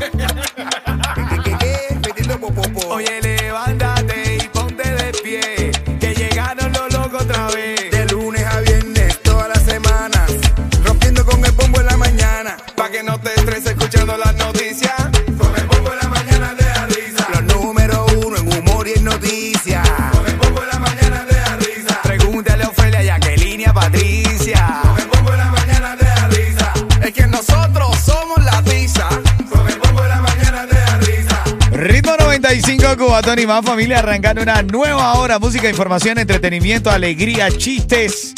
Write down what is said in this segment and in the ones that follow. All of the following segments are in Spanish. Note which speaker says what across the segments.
Speaker 1: ¿Qué, qué, qué? Metiendo popopó.
Speaker 2: Oye, levántate y ponte de pie. Que llegaron los locos otra vez.
Speaker 1: De lunes a viernes, todas las semanas. Rompiendo con el bombo en la mañana.
Speaker 2: Pa' que no te estreses escuchando las noticias. Con el bombo en la mañana te da risa.
Speaker 1: Los número uno en humor y en noticias.
Speaker 2: Con el bombo en la mañana te da risa. Pregúntale a Ofelia, a Jacqueline y a Patricia. Con el bombo en la mañana te da risa.
Speaker 1: Es que nosotros somos la pizza.
Speaker 2: Con el bombo en la mañana te da risa.
Speaker 3: Ritmo 95, Cubatón y más familia arrancando una nueva hora. Música, información, entretenimiento, alegría, chistes.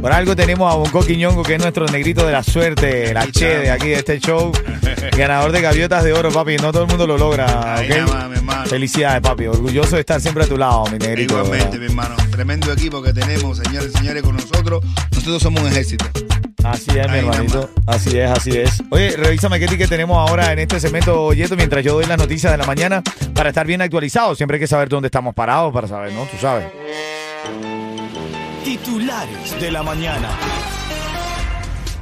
Speaker 3: Por algo tenemos a Bonco Quiñongo, que es nuestro negrito de la suerte, la che de aquí de este show. Ganador de gaviotas de oro, papi. No todo el mundo lo logra.
Speaker 4: Ahí
Speaker 3: ¿ok?
Speaker 4: nada más, mi hermano.
Speaker 3: Felicidades, papi. Orgulloso de estar siempre a tu lado, mi negrito.
Speaker 4: Igualmente, mi hermano. Tremendo equipo que tenemos, señores y señores, con nosotros. Nosotros somos un ejército.
Speaker 3: Así es, mi
Speaker 4: Ahí nada
Speaker 3: hermanito. Así es, así es. Oye, revísame qué ticket tenemos ahora en este segmento, Yeto, mientras yo doy las noticias de la mañana para estar bien actualizados. Siempre hay que saber dónde estamos parados para saber, ¿no? Tú sabes. Titulares de la mañana.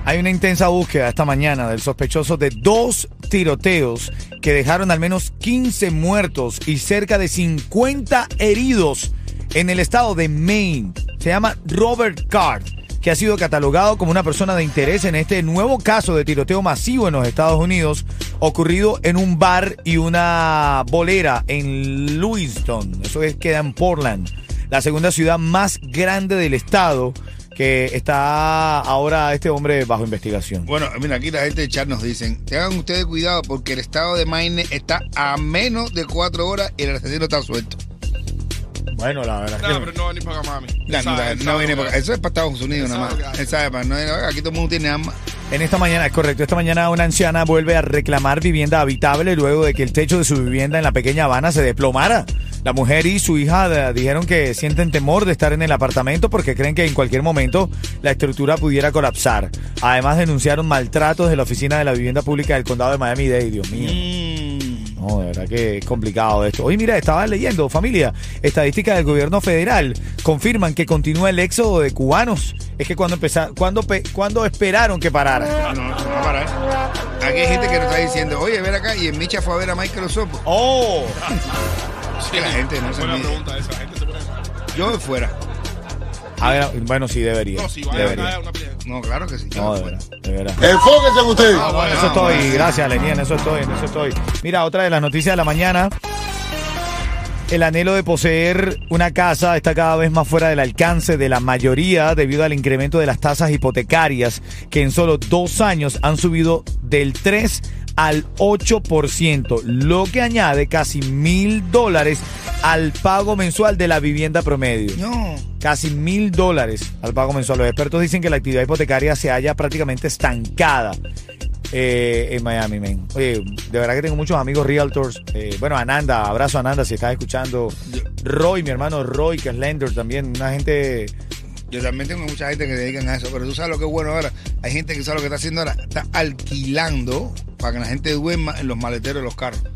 Speaker 3: Hay una intensa búsqueda esta mañana del sospechoso de dos tiroteos que dejaron al menos 15 muertos y cerca de 50 heridos en el estado de Maine. Se llama Robert Card, que ha sido catalogado como una persona de interés en este nuevo caso de tiroteo masivo en los Estados Unidos, ocurrido en un bar y una bolera en Lewiston. Eso es, queda en Portland, la segunda ciudad más grande del estado que está ahora este hombre bajo investigación.
Speaker 4: Bueno, mira, aquí la gente de chat nos dicen, tengan ustedes cuidado porque el estado de Maine está a menos de cuatro horas y el asesino está suelto.
Speaker 3: Bueno, la verdad.
Speaker 5: No, pero no va ni para acá, mami.
Speaker 4: La-
Speaker 5: Sabe,
Speaker 4: la-
Speaker 5: él
Speaker 4: no
Speaker 5: sabe
Speaker 4: viene
Speaker 5: lo
Speaker 4: para-
Speaker 5: que
Speaker 4: Eso es para Estados Unidos
Speaker 5: Él
Speaker 4: nada
Speaker 5: sabe lo
Speaker 4: más.
Speaker 5: que
Speaker 4: Él sabe, para- no viene para acá. aquí todo el mundo tiene armas.
Speaker 3: En esta mañana, es correcto, esta mañana una anciana vuelve a reclamar vivienda habitable luego de que el techo de su vivienda en la pequeña Habana se desplomara. La mujer y su hija eh, dijeron que sienten temor de estar en el apartamento porque creen que en cualquier momento la estructura pudiera colapsar. Además denunciaron maltratos de la oficina de la vivienda pública del condado de Miami-Dade, Dios mío.
Speaker 4: Mm.
Speaker 3: No, de verdad que es complicado esto. Oye, mira, estaba leyendo, familia, estadísticas del gobierno federal confirman que continúa el éxodo de cubanos. Es que cuando empezaron, cuando, cuando esperaron que parara.
Speaker 4: No, no, no, para. ¿eh? Aquí hay gente que nos está diciendo, oye, ven acá. Y el Micha fue a ver a Michael Osopo.
Speaker 3: ¡Oh!
Speaker 4: que la gente no se
Speaker 5: Buena
Speaker 4: mide.
Speaker 5: pregunta esa. La gente se pone mal.
Speaker 4: Yo de fuera.
Speaker 3: A ver, bueno, sí, debería.
Speaker 5: No, si va a
Speaker 3: debería.
Speaker 5: caer una pelea.
Speaker 4: No, claro que sí. yo
Speaker 3: No,
Speaker 4: de
Speaker 3: de
Speaker 4: fuera.
Speaker 3: verdad, de verdad.
Speaker 6: Enfóquense en ustedes.
Speaker 4: Ah, bueno,
Speaker 3: Eso
Speaker 4: no,
Speaker 3: estoy,
Speaker 4: bueno.
Speaker 3: gracias Lenín, en eso estoy, en eso estoy. Mira, otra de las noticias de la mañana. El anhelo de poseer una casa está cada vez más fuera del alcance de la mayoría debido al incremento de las tasas hipotecarias que en solo dos años han subido del 3 al 8%, lo que añade casi mil dólares al pago mensual de la vivienda promedio
Speaker 4: No.
Speaker 3: casi mil dólares al pago mensual. Los expertos dicen que la actividad hipotecaria se halla prácticamente estancada eh, en Miami, men. Oye, de verdad que tengo muchos amigos realtors. Eh, bueno, Ananda, abrazo Ananda si estás escuchando. Roy, mi hermano Roy, que es lender también, una gente...
Speaker 4: Yo también tengo mucha gente que se dedican a eso, pero tú sabes lo que es bueno ahora. Hay gente que sabe lo que está haciendo ahora. Está alquilando para que la gente duerma en los maleteros de los carros. O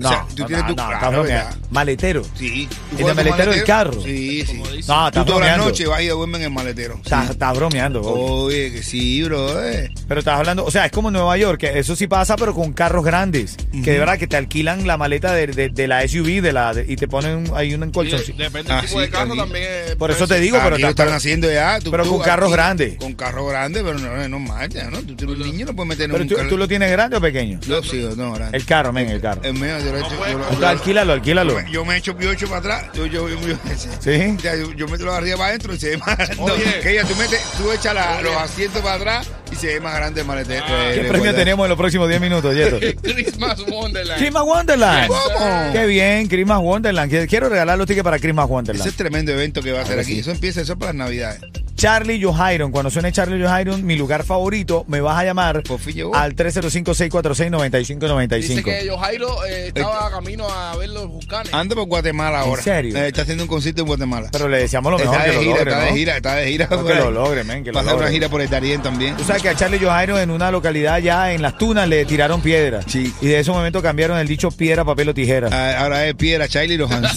Speaker 3: No,
Speaker 4: sea, tú
Speaker 3: no,
Speaker 4: tienes
Speaker 3: no,
Speaker 4: tu-
Speaker 3: no,
Speaker 4: claro,
Speaker 3: estás bromeando.
Speaker 4: ¿verdad?
Speaker 3: Maletero.
Speaker 4: Sí.
Speaker 3: ¿En el
Speaker 4: Tú coges tu
Speaker 3: maletero del carro?
Speaker 4: Sí, sí.
Speaker 3: No,
Speaker 4: Tú
Speaker 3: estás
Speaker 4: toda la
Speaker 3: bromeando.
Speaker 4: noche Oh. vas y duermes en el maletero.
Speaker 3: Estás, estás bromeando. obvio.
Speaker 4: Oye, que sí, bro. eh.
Speaker 3: Pero estás hablando, o sea, es como Nueva York, que eso sí pasa, pero con carros grandes. Que de verdad que te alquilan la maleta de, de- de la SUV de la, de- y te ponen ahí un
Speaker 5: Oye,
Speaker 3: colchón.
Speaker 5: Depende del
Speaker 4: Ah,
Speaker 5: tipo de
Speaker 4: sí,
Speaker 5: carro
Speaker 4: también.
Speaker 5: también. es
Speaker 3: Por eso te
Speaker 5: precio.
Speaker 3: digo, pero
Speaker 4: Aquí lo
Speaker 3: estás-
Speaker 4: están haciendo ya. tú-
Speaker 3: pero
Speaker 4: tú
Speaker 3: con carros
Speaker 4: aquí-
Speaker 3: grandes.
Speaker 4: Con carros grandes, pero no, no marcha, ¿no? Tú tienes un niño, lo puedes meter en
Speaker 3: Pero
Speaker 4: un
Speaker 3: tú,
Speaker 4: carro.
Speaker 3: tú lo tienes grande o pequeño?
Speaker 4: Yo sí, no, grande.
Speaker 3: El carro, men, el carro.
Speaker 4: El mío, yo lo he hecho.
Speaker 5: puede-
Speaker 4: yo lo-
Speaker 3: Entonces, alquílalo, alquílalo.
Speaker 4: me, yo me echo piocho para atrás. Yo, yo, yo, yo,
Speaker 3: ¿Sí?
Speaker 4: Ya, yo, yo meto los arriba para adentro y se ve más no,
Speaker 5: Oye.
Speaker 4: Que ella, tú, metes, tú echas la- los asientos para atrás y se ve más grande el maletero. eh,
Speaker 3: Ah. ¿Qué
Speaker 4: de
Speaker 3: premio
Speaker 4: guardar.
Speaker 3: tenemos en los próximos 10 minutos, Yeto?
Speaker 5: Christmas Wonderland.
Speaker 3: Christmas Wonderland.
Speaker 4: ¿Cómo?
Speaker 3: Qué bien, Christmas Wonderland. Qu- Quiero regalar los tickets para Christmas
Speaker 4: Ese es
Speaker 3: Wonderland.
Speaker 4: tremendo evento que va a hacer
Speaker 3: Ahora
Speaker 4: aquí.
Speaker 3: sí.
Speaker 4: Eso empieza, eso es para las navidades.
Speaker 3: Charlie Johiron. Cuando suene Charlie Johiron, mi lugar favorito, me vas a llamar
Speaker 4: Por fin llegó.
Speaker 3: al
Speaker 5: Dice que
Speaker 3: 305-646-9595.
Speaker 5: yo Jairo eh, estaba camino a ver los vulcanes.
Speaker 4: Anda por Guatemala ahora.
Speaker 3: serio?
Speaker 4: Eh, está haciendo un concierto en Guatemala.
Speaker 3: Pero le deseamos lo mejor
Speaker 4: está
Speaker 3: que
Speaker 4: de
Speaker 3: lo
Speaker 4: gira,
Speaker 3: logre,
Speaker 4: está
Speaker 3: ¿no?
Speaker 4: de gira, está de gira.
Speaker 3: No, que lo logre, men, que lo
Speaker 4: Pasar una
Speaker 3: logre.
Speaker 4: gira por el Darién también.
Speaker 3: Tú sabes que a Charlie Johairo en una localidad ya en Las Tunas le tiraron piedra.
Speaker 4: Sí.
Speaker 3: Y de ese momento cambiaron el dicho piedra, papel o tijera.
Speaker 4: Ah, Ahora es Piedra, Charlie y los Hans.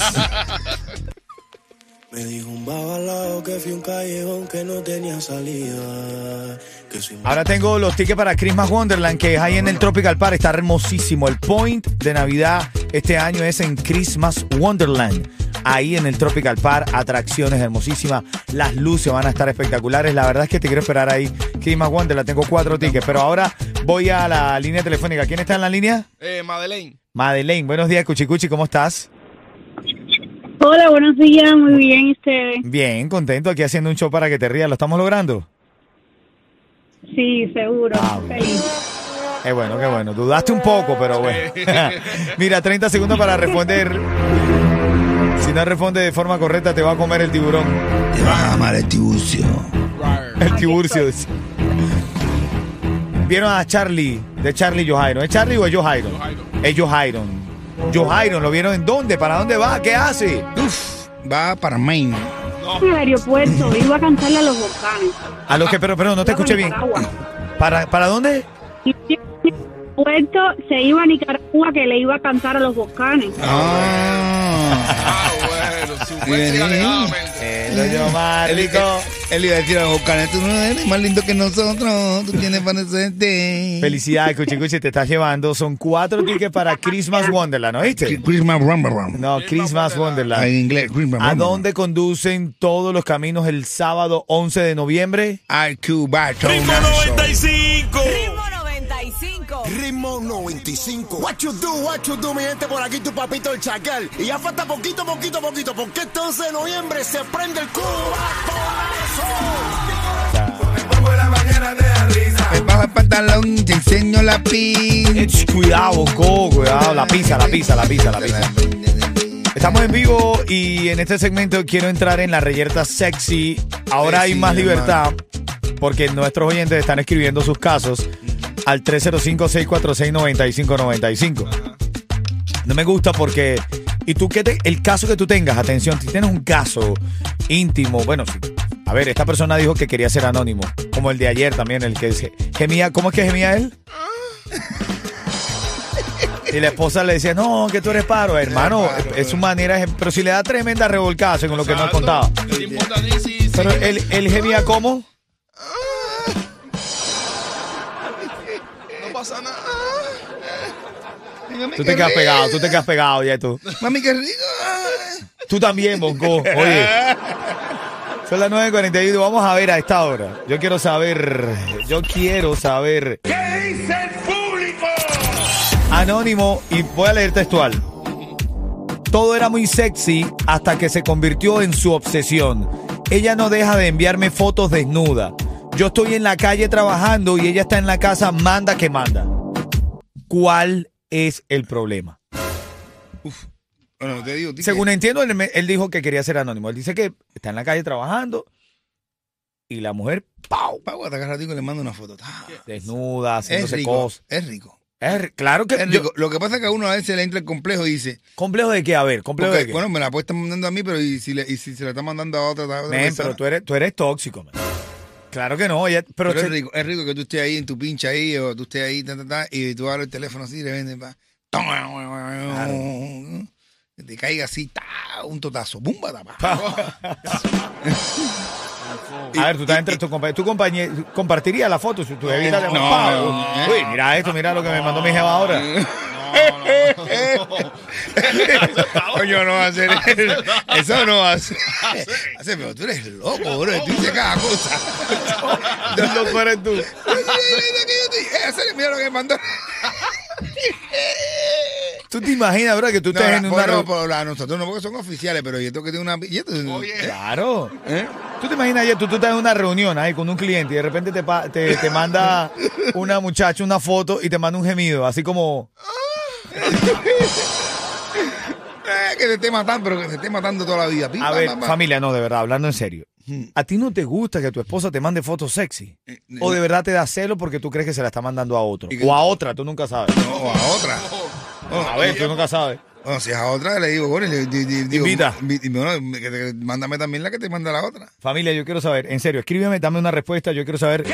Speaker 6: Me dijo un babalao que fui un callejón que no tenía salida. Que soy
Speaker 3: Ahora tengo los tickets para Christmas Wonderland, que es ahí en el Tropical Park. Está hermosísimo. El point de Navidad este año es en Christmas Wonderland. Ahí en el Tropical Park, atracciones hermosísimas. Las luces van a estar espectaculares. La verdad es que te quiero esperar ahí. Christmas Wonderland, tengo cuatro tickets. Pero ahora voy a la línea telefónica. ¿Quién está en la línea?
Speaker 5: Eh, Madeleine.
Speaker 3: Madeleine, buenos días, Cuchicuchi, ¿cómo estás?
Speaker 7: Hola, buenos días, muy bien, ¿y ustedes?
Speaker 3: Bien, contento aquí haciendo un show para que te rías. ¿Lo estamos logrando?
Speaker 7: Sí, seguro,
Speaker 3: Ah, bueno.
Speaker 7: feliz.
Speaker 3: Qué bueno, qué bueno. Dudaste un poco, pero bueno. Mira, 30 segundos para responder. Si no responde de forma correcta, te va a comer el tiburón.
Speaker 4: Te vas a amar el tiburcio.
Speaker 5: Rar.
Speaker 3: El tiburcio. Vieron a Charlie, de Charlie Johairon. ¿Es Charlie o es Johairon?
Speaker 5: Johiron.
Speaker 3: Es Johairon. Johairon, ¿lo vieron en dónde? ¿Para dónde va? ¿Qué hace?
Speaker 4: Uf, va para Maine.
Speaker 7: En el aeropuerto, iba a cantarle a los volcanes.
Speaker 3: A los que, pero, pero no te escuché bien. ¿Para, ¿Para dónde?
Speaker 7: Puerto se iba a Nicaragua que le iba a cantar a los volcanes.
Speaker 4: Ah.
Speaker 5: Ah, bueno. Su
Speaker 4: Bien.
Speaker 5: cuenta alegadamente.
Speaker 3: Eh, lo llevo más
Speaker 4: Él,
Speaker 3: rico.
Speaker 4: él iba a decir a los volcanes, tú no eres más lindo que nosotros, tú tienes parecerte.
Speaker 3: Felicidades, Cuchicuchi, te estás llevando. Son cuatro tickets para Christmas Wonderland, ¿no viste?
Speaker 4: Christmas Rumble Rumble.
Speaker 3: No, Christmas
Speaker 4: Ah, En
Speaker 3: Wonderland.
Speaker 4: inglés, Christmas
Speaker 3: ¿A
Speaker 4: Rumble
Speaker 3: dónde conducen todos los caminos el sábado 11 de noviembre?
Speaker 4: Rumble. IQ Bartona.
Speaker 8: Ritmo 95.
Speaker 6: Ritmo 95. What you do, what you do, mi gente, por aquí tu papito el chacal. Y ya falta poquito, poquito, poquito, porque este 11 de noviembre se prende el cubo.
Speaker 4: Me bajo el pantalón, te enseño la pizza.
Speaker 3: Ech, Cuidado, Coco, cuidado. La pizza, la pizza, la pizza, la pizza. Estamos en vivo y en este segmento quiero entrar en la reyerta sexy. Ahora hay
Speaker 4: Sexy,
Speaker 3: más
Speaker 4: hermano.
Speaker 3: libertad porque nuestros oyentes están escribiendo sus casos al 305-646-9595. No me gusta porque... ¿Y tú qué te- El caso que tú tengas, atención, si tienes un caso íntimo, bueno, sí. A ver, esta persona dijo que quería ser anónimo, como el de ayer también, el que se- gemía, ¿cómo es que gemía él? Y la esposa le decía, no, que tú eres paro, hermano,
Speaker 4: Eres paro,
Speaker 3: es su manera, pero si le da tremenda revolcazo con lo que no contaba.
Speaker 5: No te importa a ti si- si-
Speaker 3: Pero él, él gemía como,
Speaker 5: No pasa nada. Ah,
Speaker 3: tú te quedas pegado, tú te quedas pegado ya tú.
Speaker 4: Mami, qué rico. Ay.
Speaker 3: Tú también, Bonco, oye. Son las 9.41, vamos a ver a esta hora. Yo quiero saber, yo quiero saber. ¿Qué dice el público? Anónimo, y voy a leer textual. Todo era muy sexy hasta que se convirtió en su obsesión. Ella no deja de enviarme fotos desnuda. Yo estoy en la calle trabajando y ella está en la casa, manda que manda. ¿Cuál es el problema?
Speaker 4: Bueno, te digo, tí-
Speaker 3: Según entiendo, él, me- él dijo que quería ser anónimo. Él dice que está en la calle trabajando y la mujer
Speaker 4: Pau, pau, hasta que ratico le mando una foto. Ah,
Speaker 3: desnuda,
Speaker 4: Es
Speaker 3: haciéndose
Speaker 4: rico,
Speaker 3: cosas.
Speaker 4: es rico.
Speaker 3: Es r- claro que
Speaker 4: Es
Speaker 3: yo-
Speaker 4: rico. Lo que pasa es que a uno a veces le entra el complejo y dice,
Speaker 3: complejo de qué, a ver, complejo de
Speaker 4: porque,
Speaker 3: qué.
Speaker 4: bueno, me la puede estar mandando a mí, pero y si, le- y si se la está mandando a otra, a otra
Speaker 3: Men,
Speaker 4: persona?
Speaker 3: pero tú eres, tú eres tóxico, man. Claro que no, ella- pero,
Speaker 4: Pero es
Speaker 3: se-
Speaker 4: rico, es rico que tú estés ahí en tu pincha ahí, o tú estés ahí, ta, ta, ta, y tú abres el teléfono así y le vendes pa. Que te caiga así, ta, un totazo, bumba, ta, pa.
Speaker 3: a ver, tú estás entre tus compañeros. Tú compañe- compartirías la foto si tú evitas
Speaker 4: no, no, no.
Speaker 3: Uy, mira esto, mira lo que me mandó mi jefa ahora.
Speaker 4: Coño, no va a hacer eso. Eso no va a hacer.
Speaker 3: Ah,
Speaker 4: Hace, pero tú eres loco, bro. Tú dices cada cosa.
Speaker 3: Qué loco eres tú.
Speaker 4: Mira, mira, mira, mira, mira, mira, mira, mira lo que mandó.
Speaker 3: ¿Tú te imaginas, bro, que tú
Speaker 4: No,
Speaker 3: estés en
Speaker 4: la-
Speaker 3: una...
Speaker 4: bueno,
Speaker 3: reunión?
Speaker 4: por la- nosotros no, porque son oficiales, pero yo tengo que tener una. y esto- ¿eh?
Speaker 3: Claro. ¿Tú te imaginas, ayer tú, tú estás en una reunión ahí con un cliente y de repente te, pa- te, te manda una muchacha una foto y te manda un gemido, así como...
Speaker 4: Eh, que te esté matando, pero que te esté matando toda la vida. Pim,
Speaker 3: A
Speaker 4: pam,
Speaker 3: ver,
Speaker 4: pam, pam.
Speaker 3: familia, no, de verdad, hablando en serio.
Speaker 4: Hmm.
Speaker 3: ¿A ti no te gusta que tu esposa te mande fotos sexy?
Speaker 4: Eh,
Speaker 3: ¿O de verdad te da celo porque tú crees que se la está mandando a otro? O a otra, tú nunca sabes.
Speaker 4: No, o a otra. Oh, No,
Speaker 3: A ver, tú nunca sabes.
Speaker 4: Bueno, si es a otra, le digo, bueno, y le di- di- digo,
Speaker 3: Invita.
Speaker 4: mi- y bueno, que te- mándame también la que te manda la otra.
Speaker 3: Familia, yo quiero saber, en serio, escríbeme, dame una respuesta, yo quiero saber...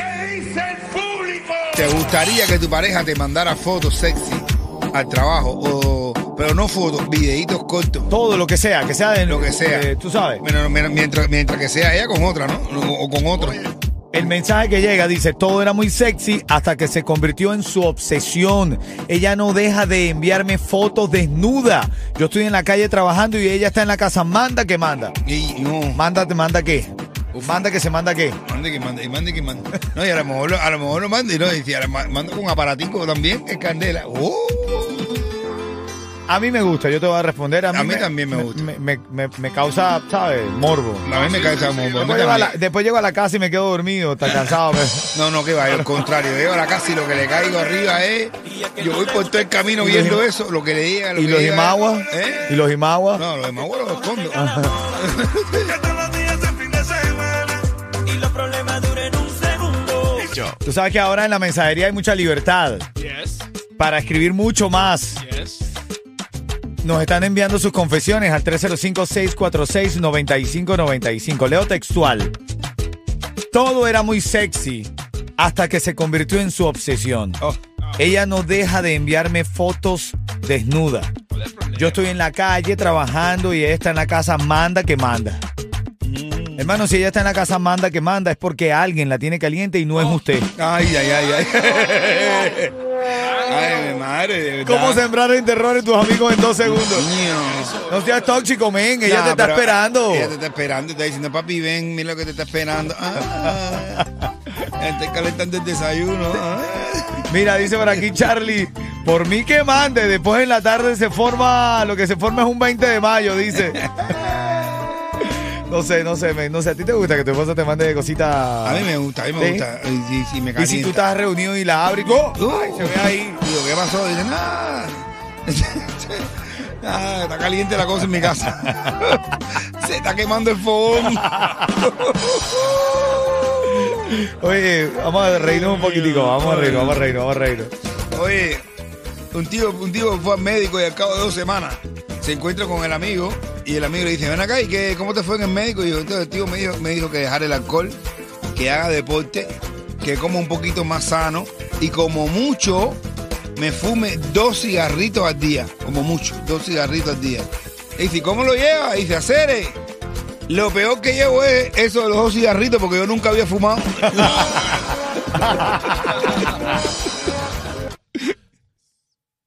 Speaker 4: ¿Te gustaría que tu pareja te mandara fotos sexy al trabajo? O, pero no fotos, videitos cortos.
Speaker 3: Todo lo que sea, que sea de
Speaker 4: Lo que sea.
Speaker 3: eh, tú sabes.
Speaker 4: Bueno, mira, mientras, mientras que sea ella con otra, ¿no? O, o con otro.
Speaker 3: El mensaje que llega dice, todo era muy sexy hasta que se convirtió en su obsesión. Ella no deja de enviarme fotos desnuda. Yo estoy en la calle trabajando y ella está en la casa. Manda que manda.
Speaker 4: Y no,
Speaker 3: Manda, te manda qué. Manda que se manda qué.
Speaker 4: mande que mande, y mande que mande. No, y a lo mejor lo, a lo, mejor lo manda y no, y si a lo- manda con aparatico también, es candela. ¡Oh!
Speaker 3: A mí me gusta, yo te voy a responder. A mí,
Speaker 4: A mí también me gusta.
Speaker 3: Me, me- me- me causa, ¿sabes? Morbo.
Speaker 4: A mí me cae esa bomba. a mí
Speaker 3: Después llego, a la,
Speaker 4: también.
Speaker 3: después llego a la casa y me quedo dormido, está cansado. pues. me-
Speaker 4: No, no, que va, al contrario. Yo ahora casi lo que le caigo arriba es. Yo voy por todo el camino viendo eso, lo que le llega. Lo
Speaker 3: ¿Y
Speaker 4: que
Speaker 3: los
Speaker 4: llega-
Speaker 3: imaguas? ¿Y
Speaker 4: ¿Eh?
Speaker 3: los imaguas?
Speaker 4: No, los imaguas los escondo.
Speaker 3: Tú sabes que ahora en la mensajería hay mucha libertad
Speaker 5: Yes,
Speaker 3: para escribir mucho más.
Speaker 5: yes.
Speaker 3: Nos están enviando sus confesiones al 305-646-9595. Leo textual. Todo era muy sexy hasta que se convirtió en su obsesión.
Speaker 4: Oh.
Speaker 3: Ella no deja de enviarme fotos desnuda. Yo estoy en la calle trabajando y ella está en la casa, manda que manda. Hermano, si ella está en la casa, manda que manda, es porque alguien la tiene caliente y no es usted.
Speaker 4: Ay, ay, ay, ay. Ay, mi madre, de verdad.
Speaker 3: ¿Cómo sembrar en terror en tus amigos en dos segundos?
Speaker 4: Mío.
Speaker 3: No seas tóxico, men, ella
Speaker 4: Nah,
Speaker 3: te está
Speaker 4: pero
Speaker 3: esperando.
Speaker 4: Ella te está esperando y está diciendo, papi, ven, mira lo que te está esperando. Ah, estoy calentando el desayuno. Ah.
Speaker 3: Mira, dice por aquí Charlie, por mí que mande, después en la tarde se forma, lo que se forma es un 20 de mayo, dice. No sé, no sé, men, no sé, ¿a ti te gusta que tu esposa te mande cositas?
Speaker 4: A mí me gusta, a mí me
Speaker 3: ¿Sí?
Speaker 4: gusta. Y si, si me
Speaker 3: Y si tú
Speaker 4: calienta.
Speaker 3: estás reunido y la abres, ¡oh! Ay,
Speaker 4: Uh.
Speaker 3: se ve ahí.
Speaker 4: Digo, ¿qué pasó? Dice, nada. Ah, está caliente la cosa en mi casa. Se está quemando el fogón.
Speaker 3: Oye, vamos a reírnos un poquitico, vamos a reírnos, vamos a reírnos, vamos a reírnos.
Speaker 4: Oye, un tío, un tío fue al médico y al cabo de dos semanas se encuentra con el amigo y el amigo le dice, ven acá, ¿y qué, cómo te fue en el médico? Y yo, entonces el tío me dijo, me dijo que dejara el alcohol, que haga deporte, que coma un poquito más sano y como mucho me fume dos cigarritos al día, como mucho, dos cigarritos al día. Y dice, ¿cómo lo lleva? Y dice, acere. Lo peor que llevo es eso de los dos cigarritos porque yo nunca había fumado.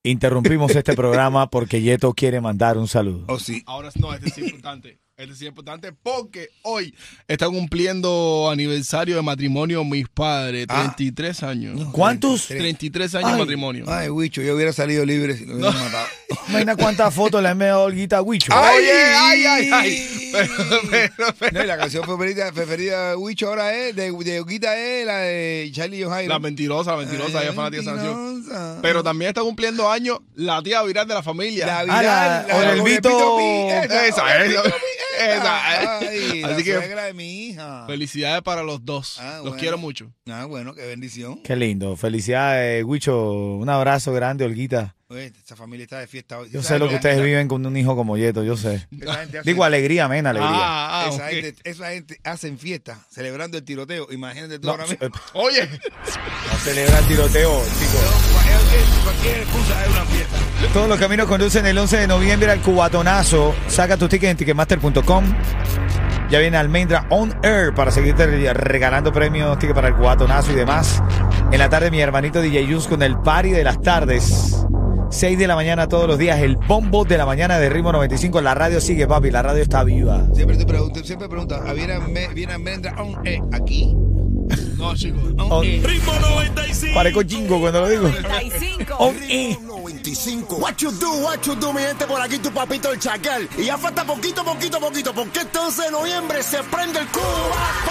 Speaker 3: Interrumpimos este programa porque Yeto quiere mandar un saludo.
Speaker 4: Oh, sí.
Speaker 5: Ahora no, este sí es importante. Este sí es importante porque hoy están cumpliendo aniversario de matrimonio mis padres,
Speaker 4: Ah.
Speaker 5: 33 años.
Speaker 3: ¿Cuántos?
Speaker 5: 33 años de matrimonio.
Speaker 4: Ay, Wicho, yo hubiera salido libre si lo hubieran matado.
Speaker 3: Imagina cuántas fotos le han enviado a Olguita Huicho.
Speaker 4: Oye,
Speaker 5: ay, ay, ay. Pero, pero, pero-
Speaker 4: No, y la canción favorita, preferida de Wicho ahora es, de, de Oquita es la de Charlie y Jairo.
Speaker 5: La mentirosa, la mentirosa,
Speaker 4: Ay,
Speaker 5: ella es fanática de esa canción.
Speaker 4: mentirosa.
Speaker 5: Pero también está cumpliendo años la tía viral de la familia.
Speaker 4: La
Speaker 3: Ah, la-
Speaker 4: viral, la,
Speaker 3: o el
Speaker 4: con
Speaker 3: Vito-
Speaker 4: Pi,
Speaker 5: Esa,
Speaker 4: con el
Speaker 5: esa,
Speaker 4: Pito Pi,
Speaker 5: esa.
Speaker 4: Ay,
Speaker 5: Así
Speaker 4: la
Speaker 5: que-
Speaker 4: suegra de mi hija.
Speaker 5: Felicidades para los dos.
Speaker 4: Ah,
Speaker 5: los
Speaker 4: bueno.
Speaker 5: quiero mucho.
Speaker 4: Ah, bueno, qué bendición.
Speaker 3: Qué lindo. Felicidades, Huicho. Un abrazo grande, Olguita.
Speaker 4: Oye, esta familia está de fiesta hoy.
Speaker 3: Yo
Speaker 4: ¿Sabes
Speaker 3: sé lo que
Speaker 4: esta-
Speaker 3: ustedes viven con un hijo como Yeto, yo sé.
Speaker 4: esta gente hace-
Speaker 3: Digo alegría, men, alegría.
Speaker 5: Ah, ah,
Speaker 4: Esa,
Speaker 5: ok.
Speaker 4: gente, esa gente hacen fiesta celebrando el tiroteo. Imagínate tú
Speaker 3: No,
Speaker 4: ahora
Speaker 3: eh,
Speaker 4: mismo.
Speaker 5: Oye,
Speaker 3: no celebra el tiroteo, chicos.
Speaker 4: Cualquier excusa es una fiesta.
Speaker 3: Todos los caminos conducen el 11 de noviembre al cubatonazo. Saca tu ticket en ticketmaster.com. Ya viene Almendra On Air para seguirte re- regalando premios, tickets para el cubatonazo y demás. En la tarde, mi hermanito DJ Yus con el party de las tardes. 6 de la mañana todos los días, el bombo de la mañana de Ritmo 95. La radio sigue, papi, la radio está viva.
Speaker 4: Siempre te pregunto, siempre preguntas, ¿ah, ¿viene, me- viene almendra a un E aquí?
Speaker 5: no, chicos.
Speaker 3: Oh, Parezco chingo cuando lo digo.
Speaker 8: 95.
Speaker 3: On air.
Speaker 6: 95.
Speaker 9: 25. What you do, what you do, mi gente, por aquí tu papito el chacal. Y ya falta poquito, poquito, poquito, porque este 11 de noviembre se prende el Cuba.